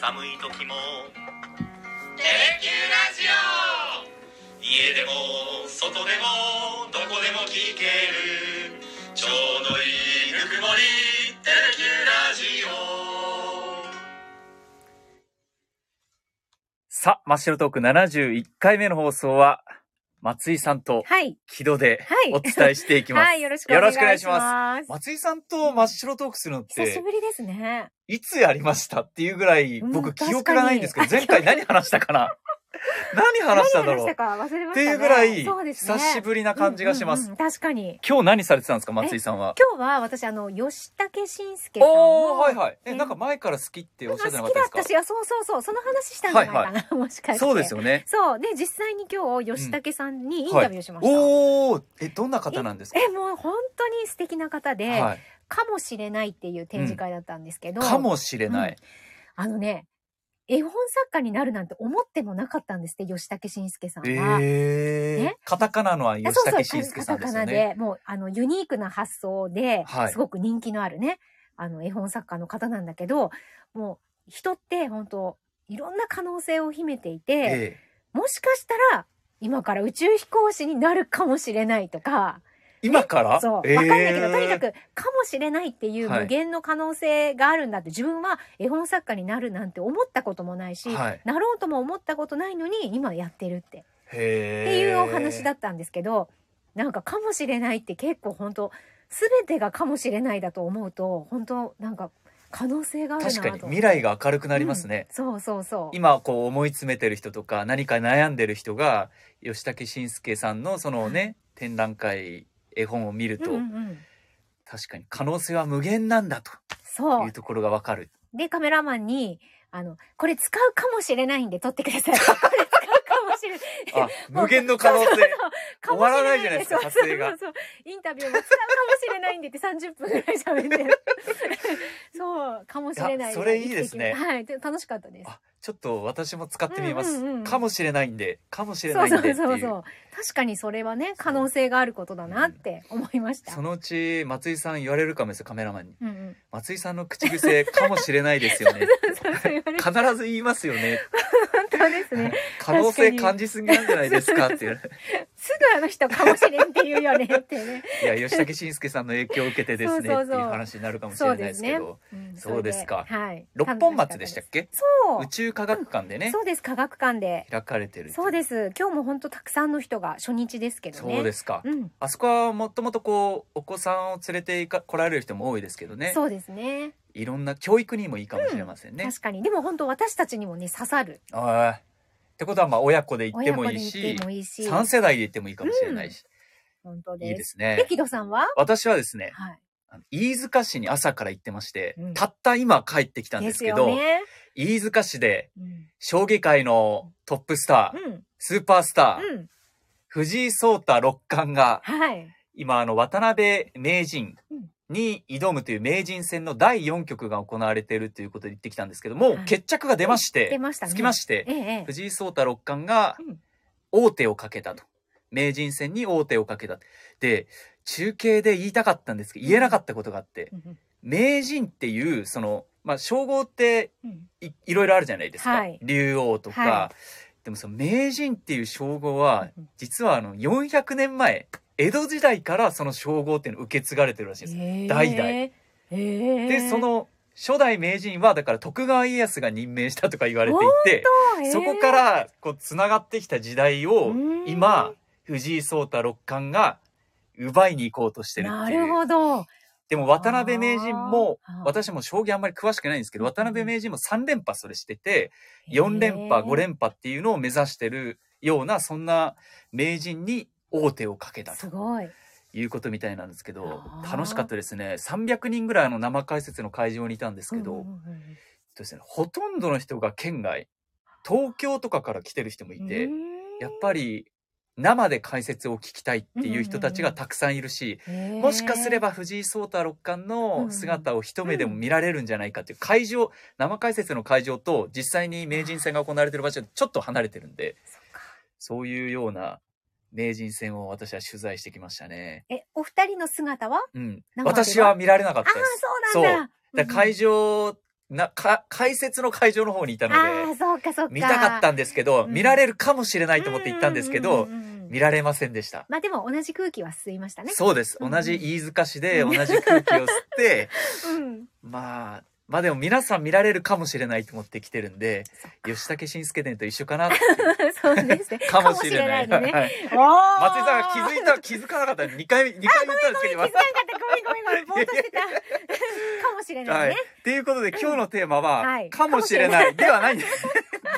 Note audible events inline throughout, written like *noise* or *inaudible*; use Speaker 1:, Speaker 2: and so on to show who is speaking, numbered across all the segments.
Speaker 1: 寒い時も
Speaker 2: テレキューラジオ
Speaker 1: 家でも外でもどこでも聞けるちょうどいいぬくもりテレキューラジオ
Speaker 3: さあ、マッシュルトーク71回目の放送は、松井さんと
Speaker 4: はい。
Speaker 3: 木戸で
Speaker 4: はい
Speaker 3: お伝えしていきます。
Speaker 4: はい、よろしくお願いします。
Speaker 3: よろしくお願松井さんと真っ白トークするのっ、
Speaker 4: 久してぶりですね。
Speaker 3: いつやりましたっていうぐらい、
Speaker 4: うん
Speaker 3: 僕記
Speaker 4: 確
Speaker 3: 憶
Speaker 4: かに
Speaker 3: がないんですけど、前回何話したか
Speaker 4: *laughs*
Speaker 3: な何話したんだ
Speaker 4: 何話
Speaker 3: ろ
Speaker 4: し
Speaker 3: う
Speaker 4: たか忘れましたね。
Speaker 3: っていうぐらい、
Speaker 4: そうですね。
Speaker 3: 久しぶりな感じがします。
Speaker 4: うんうんうん確かに。
Speaker 3: 今日何されてたんですか、松井さんは。
Speaker 4: 今日は私、あの、吉武慎介さんの。
Speaker 3: おー、はいはい。え、
Speaker 4: ね
Speaker 3: なんか前から好きってお
Speaker 4: な
Speaker 3: っ
Speaker 4: ん
Speaker 3: しゃ
Speaker 4: か
Speaker 3: ってなかっ
Speaker 4: 好きだったた
Speaker 3: です
Speaker 4: し、あそうそうそう、その話したんじゃないかな、もしか
Speaker 3: か
Speaker 4: して。
Speaker 3: そうですよね。
Speaker 4: そう。で、実際に今日、吉武さんにインタビューしました。
Speaker 3: おー、え、どんな方なんですか
Speaker 4: え、もう本当に素敵な方で、
Speaker 3: はい。
Speaker 4: かもしれないっていう展示会だったんですけど、
Speaker 3: かもしれない。
Speaker 4: あのね、絵本作家になるなんて思ってもなかったんですって、吉武慎介さんは。
Speaker 3: ええ
Speaker 4: ね
Speaker 3: カタカナのは吉武慎介さんですよ
Speaker 4: カタカナ
Speaker 3: ね。
Speaker 4: で、もう、あの、ユニークな発想で、
Speaker 3: はい
Speaker 4: すごく人気のあるね、あの、絵本作家の方なんだけど、もう、人って本当いろんな可能性を秘めていて、
Speaker 3: ええ
Speaker 4: もしかしたら、今から宇宙飛行士になるかもしれないとか、
Speaker 3: 今から
Speaker 4: そう、わか
Speaker 3: ええ
Speaker 4: んないけど、とにかく、かもしれないっていう
Speaker 3: はい
Speaker 4: 無限の可能性があるんだって、自分は絵本作家になるなんて思ったこともないし、
Speaker 3: はい
Speaker 4: なろうとも思ったことないのに、今やってるって。
Speaker 3: へ
Speaker 4: っ
Speaker 3: え
Speaker 4: ていうお話だったんですけど、なんかかもしれないって結構本当全てがかもしれないだと思うと本当なんか可能性があるなと
Speaker 3: 確かに未来が明るくなりますね。、
Speaker 4: うんそうそうそう
Speaker 3: 今こう思い詰めてる人とか何か悩んでる人が吉武慎介さんのそのね展覧会絵本を見ると、
Speaker 4: うんうんうん
Speaker 3: 確かに可能性は無限なんだと
Speaker 4: そ
Speaker 3: いう
Speaker 4: う
Speaker 3: ところがわか
Speaker 4: *laughs*
Speaker 3: る。
Speaker 4: でカメラマンにあの「これ使うかもしれないんで撮ってください」「これ使うかもしれない」
Speaker 3: あ、無限の可能
Speaker 4: そう
Speaker 3: 性
Speaker 4: そうそう。かもしれ
Speaker 3: 終わらないじゃないですか
Speaker 4: そう
Speaker 3: 撮影が
Speaker 4: そうそうそうインタビューも使うかもしれないんでって30分ぐらい喋ってそうかもしれない
Speaker 3: いやそれいいですね
Speaker 4: はいで楽しかったです
Speaker 3: あ、ちょっと私も使ってみます。
Speaker 4: うんうんうん
Speaker 3: かもしれないんで、かもしれ
Speaker 4: そ
Speaker 3: な
Speaker 4: う
Speaker 3: いんで
Speaker 4: そ
Speaker 3: っていう
Speaker 4: う。そうそう確かにそれはね可能性があることだなって思いました
Speaker 3: そのうち松井さん言われるかもですよカメラマンに
Speaker 4: うんうん、
Speaker 3: 松井さんの口癖かもしれないですよね
Speaker 4: そうそう言われる
Speaker 3: 必ず言いますよね
Speaker 4: 本当ですね。
Speaker 3: 可能性感じすぎなんじゃないですかっていう
Speaker 4: すぐあの人かもしれんって言うよねって
Speaker 3: *laughs*
Speaker 4: ね。
Speaker 3: いや吉武慎介さんの影響を受けてですね
Speaker 4: そうそう
Speaker 3: って
Speaker 4: そう
Speaker 3: いう話になるかもしれないですけど
Speaker 4: うん
Speaker 3: そうですか
Speaker 4: それはい。
Speaker 3: 六本松でしたっけ
Speaker 4: そう
Speaker 3: 宇宙科学館でね
Speaker 4: そうです科学館で。
Speaker 3: 開かれてる
Speaker 4: そうですす今日も本当たくさんの人が初日ですけどね。
Speaker 3: そうですか
Speaker 4: うん
Speaker 3: あそこはもともとこうお子さんを連れていか来られる人も多いですけどね
Speaker 4: そうですね
Speaker 3: いろんな教育にもいいかもしれませんね
Speaker 4: 確かにでも本当私たちにもね刺さる
Speaker 3: あーってことはまあ親子で行って
Speaker 4: 親子
Speaker 3: も
Speaker 4: で
Speaker 3: いい
Speaker 4: 行っ
Speaker 3: して
Speaker 4: もいいし
Speaker 3: 3世代で行ってもいいかもしれないし、
Speaker 4: 本当
Speaker 3: いい
Speaker 4: で
Speaker 3: ですすね
Speaker 4: で木戸さんは
Speaker 3: 私はですね
Speaker 4: は
Speaker 3: あの飯塚市に朝から行ってまして、
Speaker 4: うん
Speaker 3: たった今帰ってきたん
Speaker 4: い
Speaker 3: で
Speaker 4: ですす
Speaker 3: け
Speaker 4: よ
Speaker 3: ど
Speaker 4: ね
Speaker 3: 飯塚市で
Speaker 4: うん
Speaker 3: 将棋界のトップスター、
Speaker 4: うん
Speaker 3: スーパースター、
Speaker 4: うん
Speaker 3: 藤井聡太六冠が
Speaker 4: はい
Speaker 3: 今あの渡辺名人
Speaker 4: うん
Speaker 3: に挑むという名人戦の第4局が行われているということで行ってきたんですけども、
Speaker 4: はい
Speaker 3: 決着が出まして、
Speaker 4: 出ましたね
Speaker 3: つきまして、
Speaker 4: えええ
Speaker 3: 藤井聡太六冠が
Speaker 4: うん
Speaker 3: 王手をかけたと。名人戦に王手をかけた。で、中継で言いたかったんですけど、言えなかったことがあって
Speaker 4: え、うんうん
Speaker 3: 名人っていう、その、まあ、称号って
Speaker 4: うん
Speaker 3: いいろいろあるじゃないですか。
Speaker 4: はい
Speaker 3: 竜王とか。
Speaker 4: は
Speaker 3: でもその名人っていう称号は
Speaker 4: うんうん、
Speaker 3: 実はあの、400年前、江戸時代からその称号っていうのを受け継がれてるらしいんですよ。代々
Speaker 4: ええええ
Speaker 3: で、その、初代名人は、だから徳川家康が任命したとか言われていて、そこか、らこうつながってきた時代を
Speaker 4: うん
Speaker 3: 今藤井聡太六冠が奪いに行こうとして
Speaker 4: ええ
Speaker 3: るっ
Speaker 4: な
Speaker 3: てい
Speaker 4: る
Speaker 3: う
Speaker 4: ほど
Speaker 3: でも渡辺名人も
Speaker 4: あー
Speaker 3: 私も将棋あんまり詳しくないんですけど
Speaker 4: うん
Speaker 3: 渡辺名人も3連覇それしてて4連覇5連覇っていうのを目指してるようなそんな名人に王手をかけた
Speaker 4: す
Speaker 3: と
Speaker 4: ごい
Speaker 3: いうことみたいなんですけど
Speaker 4: あー
Speaker 3: 楽しかったですね300人ぐらいあの生解説の会場にいたんですけど、
Speaker 4: うんうん
Speaker 3: そうですね、ほとんどの人が県外東京とかから来てる人もいて、
Speaker 4: うん
Speaker 3: やっぱり生で解説を聞きたいっていう人たちがたくさんいるし、もしかすれば藤井聡太六冠の姿を一目でも見られるんじゃないかっていう会場生解説の会場と実際に名人戦が行われてる場所ちょっと離れてるんで
Speaker 4: そっか
Speaker 3: そういうような名人戦を私は取材してきましたね。
Speaker 4: えお二人の姿は
Speaker 3: うん、
Speaker 4: 生では
Speaker 3: 私は見られなかっ
Speaker 4: ああ
Speaker 3: たです。
Speaker 4: そうなん
Speaker 3: そう
Speaker 4: だ
Speaker 3: だから会
Speaker 4: 場
Speaker 3: 場なか解説の会場の方にいたの
Speaker 4: あ
Speaker 3: で
Speaker 4: あそうかそうか
Speaker 3: 見たかったんですけど、
Speaker 4: うん
Speaker 3: 見られるかもしれないと思って行ったんですけど、
Speaker 4: うんうんうんうん
Speaker 3: 見られませんでした。
Speaker 4: まあでも同じ空気は吸いましたね
Speaker 3: そうです。
Speaker 4: うんうん
Speaker 3: 同じ飯塚市で同じ空気を吸って、 *laughs*
Speaker 4: うん
Speaker 3: まあ、まあでも皆さん見られるかもしれないと思って来てるんで、吉武慎介伝と一緒かなって
Speaker 4: そうですね
Speaker 3: *laughs* かもしれない。*laughs*
Speaker 4: かもしれ
Speaker 3: はい
Speaker 4: ないねおー
Speaker 3: 松井さんが気づいた、気づかなかった。2回目、2回目言ったんですけど、
Speaker 4: 気づかなかったごめんごめんごめんぼーっ
Speaker 3: *laughs*
Speaker 4: としてたかもしれな
Speaker 3: はいい
Speaker 4: ね。
Speaker 3: ということで今日のテーマは、
Speaker 4: はい
Speaker 3: かもしれないではないんです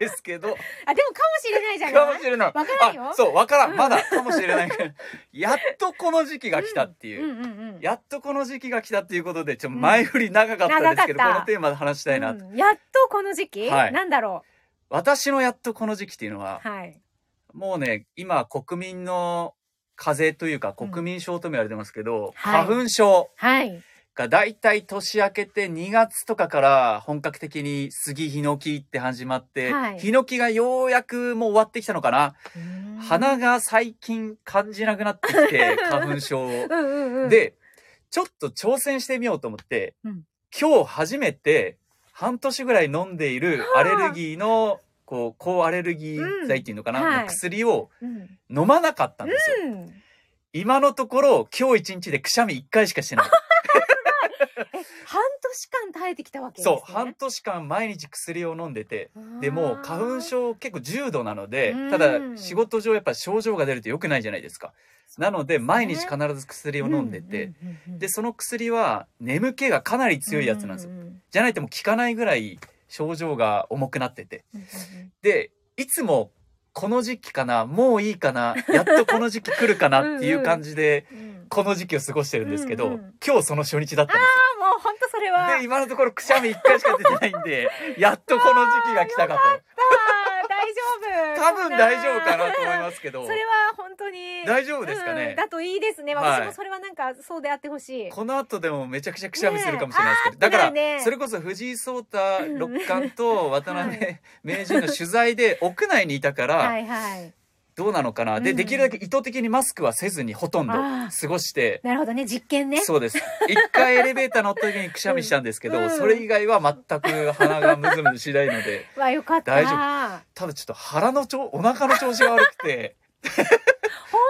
Speaker 3: ですけど、
Speaker 4: あでもかもしれないじゃ
Speaker 3: か
Speaker 4: な
Speaker 3: も
Speaker 4: い
Speaker 3: しれない。
Speaker 4: わからんよ
Speaker 3: あ、そう、わからん。まだかもしれない *laughs* から。やっとこの時期が来たっていう。
Speaker 4: うんうんう
Speaker 3: *laughs*
Speaker 4: ん
Speaker 3: やっとこの時期が来たっていうことで、ちょっと前振り長かったんですけど、
Speaker 4: うん長か
Speaker 3: こ
Speaker 4: った
Speaker 3: のテーマで話したいなと。
Speaker 4: うんやっとこの時期、
Speaker 3: はい
Speaker 4: なんだろ
Speaker 3: 私のやっとこの時期っていうのは
Speaker 4: う、はい
Speaker 3: もうね、今国民の風邪というか国民症とも言われてますけど、
Speaker 4: はい
Speaker 3: 花粉症
Speaker 4: はい
Speaker 3: がだいたい年明けて2月とかから本格的に杉ヒノキって始まって、
Speaker 4: はい
Speaker 3: ヒノキがようやくもう終わってきたのかな、鼻
Speaker 4: が
Speaker 3: が最近感じなくなってき
Speaker 4: *laughs*
Speaker 3: て、花粉症を。
Speaker 4: うんうんうん
Speaker 3: で、ちょっと挑戦してみようと思って、
Speaker 4: うん
Speaker 3: 今日初めて半年ぐらい飲んでいるアレルギーの、こう、抗アレルギー剤っていうのかな、
Speaker 4: うんはい
Speaker 3: 薬を
Speaker 4: うん
Speaker 3: 飲まなかったんですよ。
Speaker 4: うん
Speaker 3: 今のところ、今日一日でくしゃみ一回しかしてない。
Speaker 4: 半年間耐えてきたわけです、
Speaker 3: そ
Speaker 4: ね
Speaker 3: う、、半年間毎日薬を飲んでて、
Speaker 4: 半
Speaker 3: でもう花粉症結構重度なので
Speaker 4: うん
Speaker 3: ただ仕事上やっぱ症状が出ると良くないじゃないですかなので毎日必ず薬を飲んでて、でその薬は眠気がかなり強いやつなんですよ
Speaker 4: よ
Speaker 3: じゃないともう効かないぐらい症状が重くなっててでいつもこの時期かなもういいか
Speaker 4: *laughs*
Speaker 3: なやっとこの時期来るかなってい
Speaker 4: うんう
Speaker 3: うん感じでこの時期を過ごしてるんですけど、
Speaker 4: うんうん
Speaker 3: 今日その初日だったんですよ
Speaker 4: あもう本当それは
Speaker 3: で今のところくしゃみ1回しか出てないんでやっとこの時期が来たかと。
Speaker 4: あー大丈夫
Speaker 3: *laughs* 多分大丈夫かなと思いますけど
Speaker 4: それは本当に
Speaker 3: 大丈夫ですかね
Speaker 4: うんだといいですね
Speaker 3: はい
Speaker 4: 私もそれはなんかそうであってほしい、
Speaker 3: この後でもめちゃくちゃくしゃみするかもしれないですけど、だから
Speaker 4: ねえあーってなるね
Speaker 3: それこそ藤井聡太六冠
Speaker 4: *laughs*
Speaker 3: と渡辺名人の取材で屋内にいたから、
Speaker 4: はいはい
Speaker 3: どうなのかな、
Speaker 4: う
Speaker 3: で
Speaker 4: ん
Speaker 3: できるだけ意図的にマスクはせずにほとんど
Speaker 4: あー
Speaker 3: 過ごして。
Speaker 4: なるほどね実験ね
Speaker 3: そうです一回エレベーター乗った時にくしゃみしたんですけど、
Speaker 4: うんうん
Speaker 3: それ以外は全く鼻がむずむずしないので
Speaker 4: わよかった
Speaker 3: 大ただちょっと腹の調お腹の調子が悪くて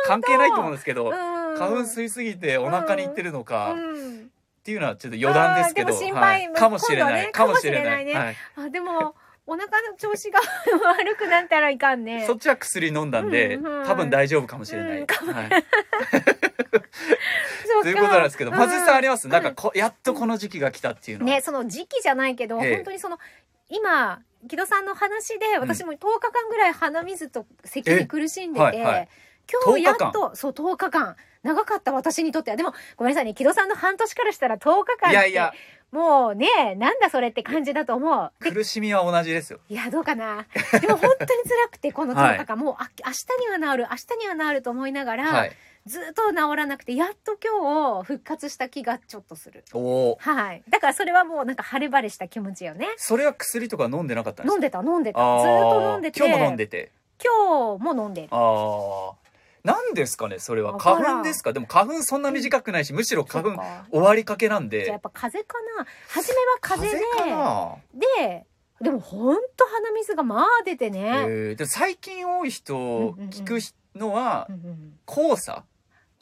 Speaker 3: 関係ないと思うんですけど、
Speaker 4: うん
Speaker 3: 花粉吸いすぎてお腹にいってるのか、
Speaker 4: うん
Speaker 3: っていうのはちょっと余談ですけど、
Speaker 4: あーでも心配
Speaker 3: はい、
Speaker 4: まあ
Speaker 3: かもしれない、
Speaker 4: 今度ね
Speaker 3: かもしれない
Speaker 4: かもしれないね
Speaker 3: はい
Speaker 4: あでもお腹の調子が *laughs* 悪くなったらいかんね
Speaker 3: そっちは薬飲んだんで、
Speaker 4: うんうん
Speaker 3: 多分大丈夫かもしれない、
Speaker 4: うんか
Speaker 3: はい、
Speaker 4: そっか
Speaker 3: ということなんですけど、まずさんありますなんか
Speaker 4: うん
Speaker 3: こやっとこの時期が来たっていうのは、
Speaker 4: ねその時期じゃないけど、
Speaker 3: ええ
Speaker 4: 本当にその今木戸さんの話で私も10日間ぐらい鼻水と咳に苦しんでて、
Speaker 3: えはいはい
Speaker 4: 今日やっ
Speaker 3: 10日
Speaker 4: とそう10日間長かった私にとってはでもごめんなさいね木戸さんの半年からしたら10日間って
Speaker 3: いやいや
Speaker 4: もうねなんだそれって感じだと思うで
Speaker 3: 苦しみは同じですよ
Speaker 4: いやどうかなでも本当に辛くてこの10日
Speaker 3: *laughs*
Speaker 4: 間、もうあ明日には治る明日には治ると思いながら、
Speaker 3: はい
Speaker 4: ずっと治らなくてやっと今日復活した気がちょっとする
Speaker 3: おおー
Speaker 4: はいだからそれはもうなんか晴れ晴れした気持ちよね
Speaker 3: それは薬とか飲んでなかったんです
Speaker 4: 飲んでた飲んでたず
Speaker 3: あー
Speaker 4: ーっと飲んでて
Speaker 3: 今日も飲んでて
Speaker 4: 今日も飲んでる
Speaker 3: ああなんですかねそれは
Speaker 4: わからん
Speaker 3: 花粉ですかでも花粉そんな短くないしむしろ花
Speaker 4: そっ
Speaker 3: 粉
Speaker 4: か
Speaker 3: 終わりかけなん
Speaker 4: じゃあや
Speaker 3: で
Speaker 4: っぱ風邪かな初めは風邪で
Speaker 3: かな
Speaker 4: ででもほんと鼻水がまあ出てね、
Speaker 3: えー、で最近多い人
Speaker 4: うんうんうん
Speaker 3: 聞くのは
Speaker 4: うんうん
Speaker 3: 黄砂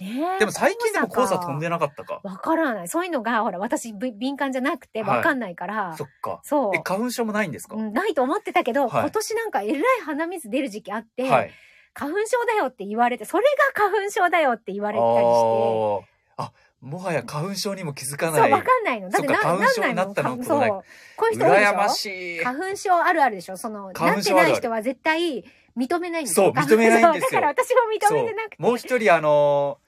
Speaker 4: ねえ
Speaker 3: でも最近でも黄砂飛んでなかったか
Speaker 4: わからないそういうのがほら私ぶ敏感じゃなくて
Speaker 3: はい
Speaker 4: わかんないから、
Speaker 3: そっか
Speaker 4: そう
Speaker 3: え花粉症もないんですか、
Speaker 4: うんないと思ってたけど、
Speaker 3: はい
Speaker 4: 今年なんかえらい鼻水出る時期あって、
Speaker 3: はい
Speaker 4: 花粉症だよって言われてそれが花粉症だよって言わ
Speaker 3: あ
Speaker 4: れたりして。
Speaker 3: ーあもはや花粉症にも気づか
Speaker 4: そ
Speaker 3: な
Speaker 4: う
Speaker 3: い
Speaker 4: わかんないのだってな
Speaker 3: そっか花粉症
Speaker 4: んない
Speaker 3: になったの
Speaker 4: か
Speaker 3: こ
Speaker 4: そ
Speaker 3: の
Speaker 4: う
Speaker 3: 前
Speaker 4: こういう人多いでし
Speaker 3: 羨
Speaker 4: ょ
Speaker 3: ましい
Speaker 4: 花粉症あるあるでしょその
Speaker 3: 花
Speaker 4: な
Speaker 3: 粉
Speaker 4: って
Speaker 3: 症あるあ
Speaker 4: な
Speaker 3: る
Speaker 4: い人は絶対認めないんです
Speaker 3: そう認めないんですよ
Speaker 4: そうだから私も認
Speaker 3: そ
Speaker 4: め
Speaker 3: う
Speaker 4: てなくて
Speaker 3: もう一人あの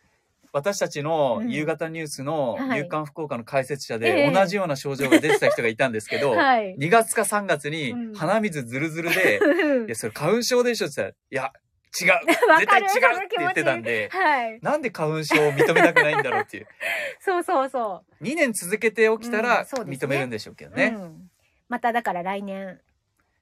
Speaker 3: 私たちの
Speaker 4: うん
Speaker 3: 夕方ニュースの
Speaker 4: はい
Speaker 3: 夕刊福岡の解説者
Speaker 4: え
Speaker 3: で
Speaker 4: え
Speaker 3: 同じような症状が出てた人がいたんですけど、
Speaker 4: はい
Speaker 3: 2月か3月に
Speaker 4: うん
Speaker 3: 鼻水ずるずる
Speaker 4: *laughs*
Speaker 3: で「いやそれ花粉症でしょ」って言ったら「いや違う
Speaker 4: *laughs* わ
Speaker 3: 絶
Speaker 4: か
Speaker 3: 対違
Speaker 4: る
Speaker 3: う」って言ってたんで
Speaker 4: はい
Speaker 3: なんで花粉症を認めたくないんだろうっていう
Speaker 4: そうそうそ
Speaker 3: 2年続けて起きた
Speaker 4: うん
Speaker 3: ら
Speaker 4: そうですね
Speaker 3: 認めるんでしょうけど
Speaker 4: う、
Speaker 3: ね。
Speaker 4: うんまただから来年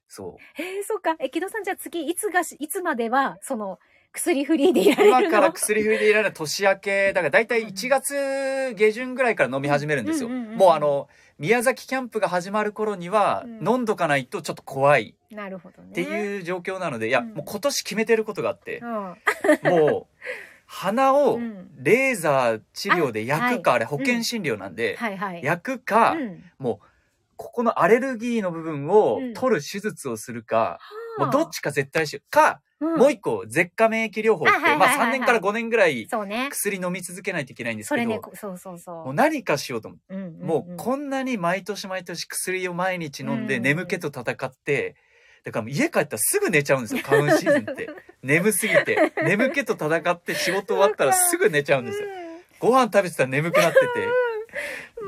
Speaker 3: そう,、
Speaker 4: えー、そうかえ木戸さんじゃあ次いつがしいつまではその薬フリーでいられるの
Speaker 3: *laughs* 今から薬振りでいられる年明けだから大体1月下旬ぐらいから飲み始めるんですよ、
Speaker 4: うんうんうん
Speaker 3: もうあの宮崎キャンプが始まる頃には
Speaker 4: うん
Speaker 3: 飲んどかないとちょっと怖い
Speaker 4: なるほどね。
Speaker 3: っていう状況なので、いや
Speaker 4: うん
Speaker 3: もう今年決めてることがあって
Speaker 4: う、ん。
Speaker 3: もう鼻を
Speaker 4: うん
Speaker 3: レーザー治療で焼くかあ,、れ保
Speaker 4: う
Speaker 3: 険
Speaker 4: ん
Speaker 3: 診療なんで、
Speaker 4: はいはい。
Speaker 3: 焼くか、
Speaker 4: うん
Speaker 3: ここのアレルギーの部分を
Speaker 4: うん
Speaker 3: 取る手術をするか、もうどっちか絶対しか、
Speaker 4: うん
Speaker 3: もう一個舌下免疫療法っ
Speaker 4: あはい
Speaker 3: て、
Speaker 4: はいは
Speaker 3: ま
Speaker 4: い
Speaker 3: あ
Speaker 4: はい
Speaker 3: 3年から5年ぐらい
Speaker 4: そうね。
Speaker 3: 薬飲み続けないといけないんです
Speaker 4: そ
Speaker 3: け
Speaker 4: れ
Speaker 3: ど、
Speaker 4: ね、こそうそうそ
Speaker 3: もう
Speaker 4: う。
Speaker 3: 何かしようと思って、
Speaker 4: うん
Speaker 3: もうこんなに毎年毎年薬を毎日飲んで
Speaker 4: うん
Speaker 3: 眠気と戦って、だからもう家帰ったらすぐ寝ちゃうんですよ、花粉シーズン
Speaker 4: *laughs*
Speaker 3: って。眠すぎて。眠気と戦って仕事終わったらすぐ寝ちゃうんですよ。ご飯食べてたら眠くなってて。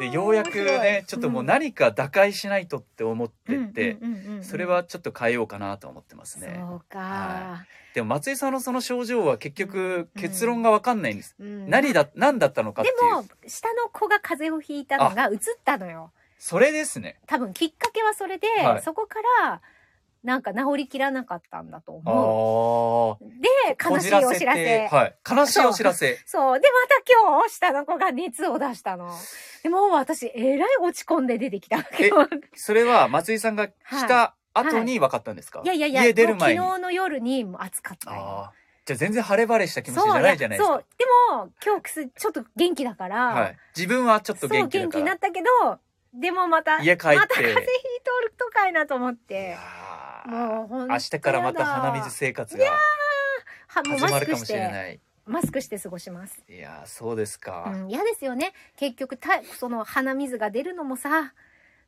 Speaker 3: で、ようやくね、ちょっともう何か打開しないとって思ってて、それはちょっと変えようかなと思ってますね。
Speaker 4: そうか、
Speaker 3: はでも松井さんのその症状は結局
Speaker 4: うん
Speaker 3: 結論が分かんないんです。
Speaker 4: うん
Speaker 3: 何だ、何だったのかっ
Speaker 4: で
Speaker 3: ていう。
Speaker 4: も下の子が風邪をひいたのが移ったのよ
Speaker 3: それですね。
Speaker 4: 多分きっかけはそれで、
Speaker 3: はい
Speaker 4: そこからなんか治りきらなかったんだと
Speaker 3: ああ
Speaker 4: 思う。で悲しいお知らせ
Speaker 3: てはい。悲しいお知らせ。
Speaker 4: そう。で、また今日、下の子が熱を出したの。でもう私、えらい落ち込んで出てきたわけよ。
Speaker 3: それは松井さんが来た後に分かったんですか、
Speaker 4: いやいやいや、
Speaker 3: 家出る前に。
Speaker 4: もう
Speaker 3: あ
Speaker 4: 昨日の夜にもう暑かったよ。
Speaker 3: あー。じゃあ全然晴れ晴れした気持ちじ
Speaker 4: そう
Speaker 3: ゃないじゃないです
Speaker 4: そ
Speaker 3: か
Speaker 4: う。。でも、今日くす、ちょっと元気だから、
Speaker 3: はい。自分はちょっ
Speaker 4: そ
Speaker 3: と
Speaker 4: う、
Speaker 3: 元
Speaker 4: 元
Speaker 3: 気だ
Speaker 4: 気
Speaker 3: か
Speaker 4: にな
Speaker 3: ら。
Speaker 4: ったけど、でもまた、
Speaker 3: 家帰
Speaker 4: ま
Speaker 3: った
Speaker 4: 風邪
Speaker 3: て。
Speaker 4: ひいとるとかいなと思っ
Speaker 3: い
Speaker 4: て
Speaker 3: や。ー
Speaker 4: もう本当
Speaker 3: 明日からまた鼻水生活が
Speaker 4: はもう
Speaker 3: 始ま
Speaker 4: マ
Speaker 3: る
Speaker 4: スク
Speaker 3: かも
Speaker 4: し
Speaker 3: しれ
Speaker 4: て、
Speaker 3: ない。
Speaker 4: マスクして過ごします。
Speaker 3: いやーそうですか。
Speaker 4: うん、嫌ですよね。結局、た、その鼻水が出るのもさ、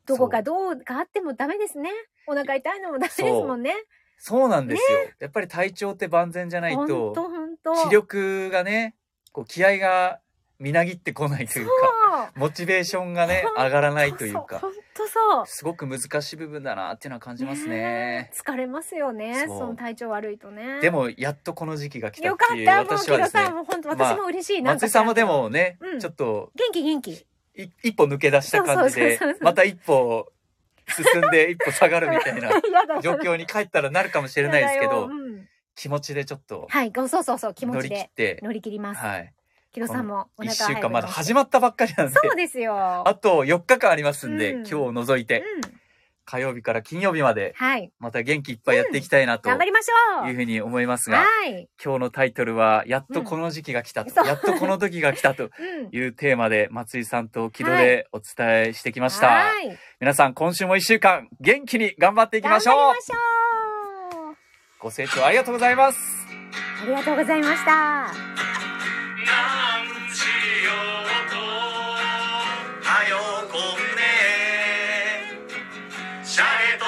Speaker 4: どこかどうかあってもダメですね。お腹痛いのもダメですもんね。
Speaker 3: そうなんですよ。やっぱり体調って万全じゃない
Speaker 4: 本当
Speaker 3: と、
Speaker 4: 本当。
Speaker 3: 気力がね、こう気合がみなぎってこないというか、モチベーションがね
Speaker 4: *laughs* ほん、と
Speaker 3: 上がらないというか、
Speaker 4: 本当そう。
Speaker 3: すごく難しい部分だなっていうのは感じますね
Speaker 4: ね。疲れますよね。
Speaker 3: そう
Speaker 4: その体調悪いとね。
Speaker 3: でも、やっとこの時期が来た
Speaker 4: よ
Speaker 3: っ
Speaker 4: か
Speaker 3: て
Speaker 4: っ
Speaker 3: いう、
Speaker 4: た。もう
Speaker 3: 私
Speaker 4: 木
Speaker 3: はで
Speaker 4: 戸
Speaker 3: す
Speaker 4: さん
Speaker 3: ね、
Speaker 4: も本
Speaker 3: ま
Speaker 4: 当
Speaker 3: あ
Speaker 4: 私も嬉しい。なん
Speaker 3: 松
Speaker 4: か
Speaker 3: 井さんもでもね、
Speaker 4: うん
Speaker 3: ちょっと
Speaker 4: 元気元 *laughs* 気。
Speaker 3: い一歩抜け出した感じで
Speaker 4: そうそうそうそう、
Speaker 3: また一歩進んで一歩下がるみたい
Speaker 4: *laughs*
Speaker 3: な
Speaker 4: やだ
Speaker 3: 状況に帰ったらなるかもしれないですけ
Speaker 4: やだよ
Speaker 3: ど
Speaker 4: う、ん
Speaker 3: 気持ちでちょっと
Speaker 4: はい、ごそうそうそう気持
Speaker 3: 乗
Speaker 4: ち
Speaker 3: り切っ
Speaker 4: で
Speaker 3: て、
Speaker 4: 乗り切ります。
Speaker 3: はい。
Speaker 4: 木戸さんもお腹
Speaker 3: 一
Speaker 4: 早
Speaker 3: 週
Speaker 4: く
Speaker 3: 間まだ始
Speaker 4: ま
Speaker 3: まったばっかりなんで
Speaker 4: そうですよ。
Speaker 3: あと4日間ありますんで、
Speaker 4: うん
Speaker 3: 今日を除いて
Speaker 4: うん。
Speaker 3: 火曜日から金曜日まで
Speaker 4: はい、
Speaker 3: また元気いっぱいやっていきたいなとい
Speaker 4: 頑張りましょ
Speaker 3: う
Speaker 4: う。
Speaker 3: ふうに思いますが、
Speaker 4: はい、
Speaker 3: 今日のタイトルはやっとこの時期が来たと、
Speaker 4: うん
Speaker 3: やっとこの時が来たと
Speaker 4: うん。
Speaker 3: いうテーマ
Speaker 4: *laughs*
Speaker 3: で松井さんと木戸でお伝えしてきました、
Speaker 4: はい、
Speaker 3: 皆さん今週も1週間元気に頑張っていき
Speaker 4: 頑張
Speaker 3: ま
Speaker 4: りま
Speaker 3: し
Speaker 4: し
Speaker 3: ょう
Speaker 4: ょう。
Speaker 3: ご清聴ありがとうございます
Speaker 4: ありがとうございました。
Speaker 1: なんしようとはよこんねシャレト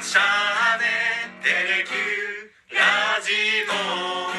Speaker 1: ンシャーネテレキューラジコ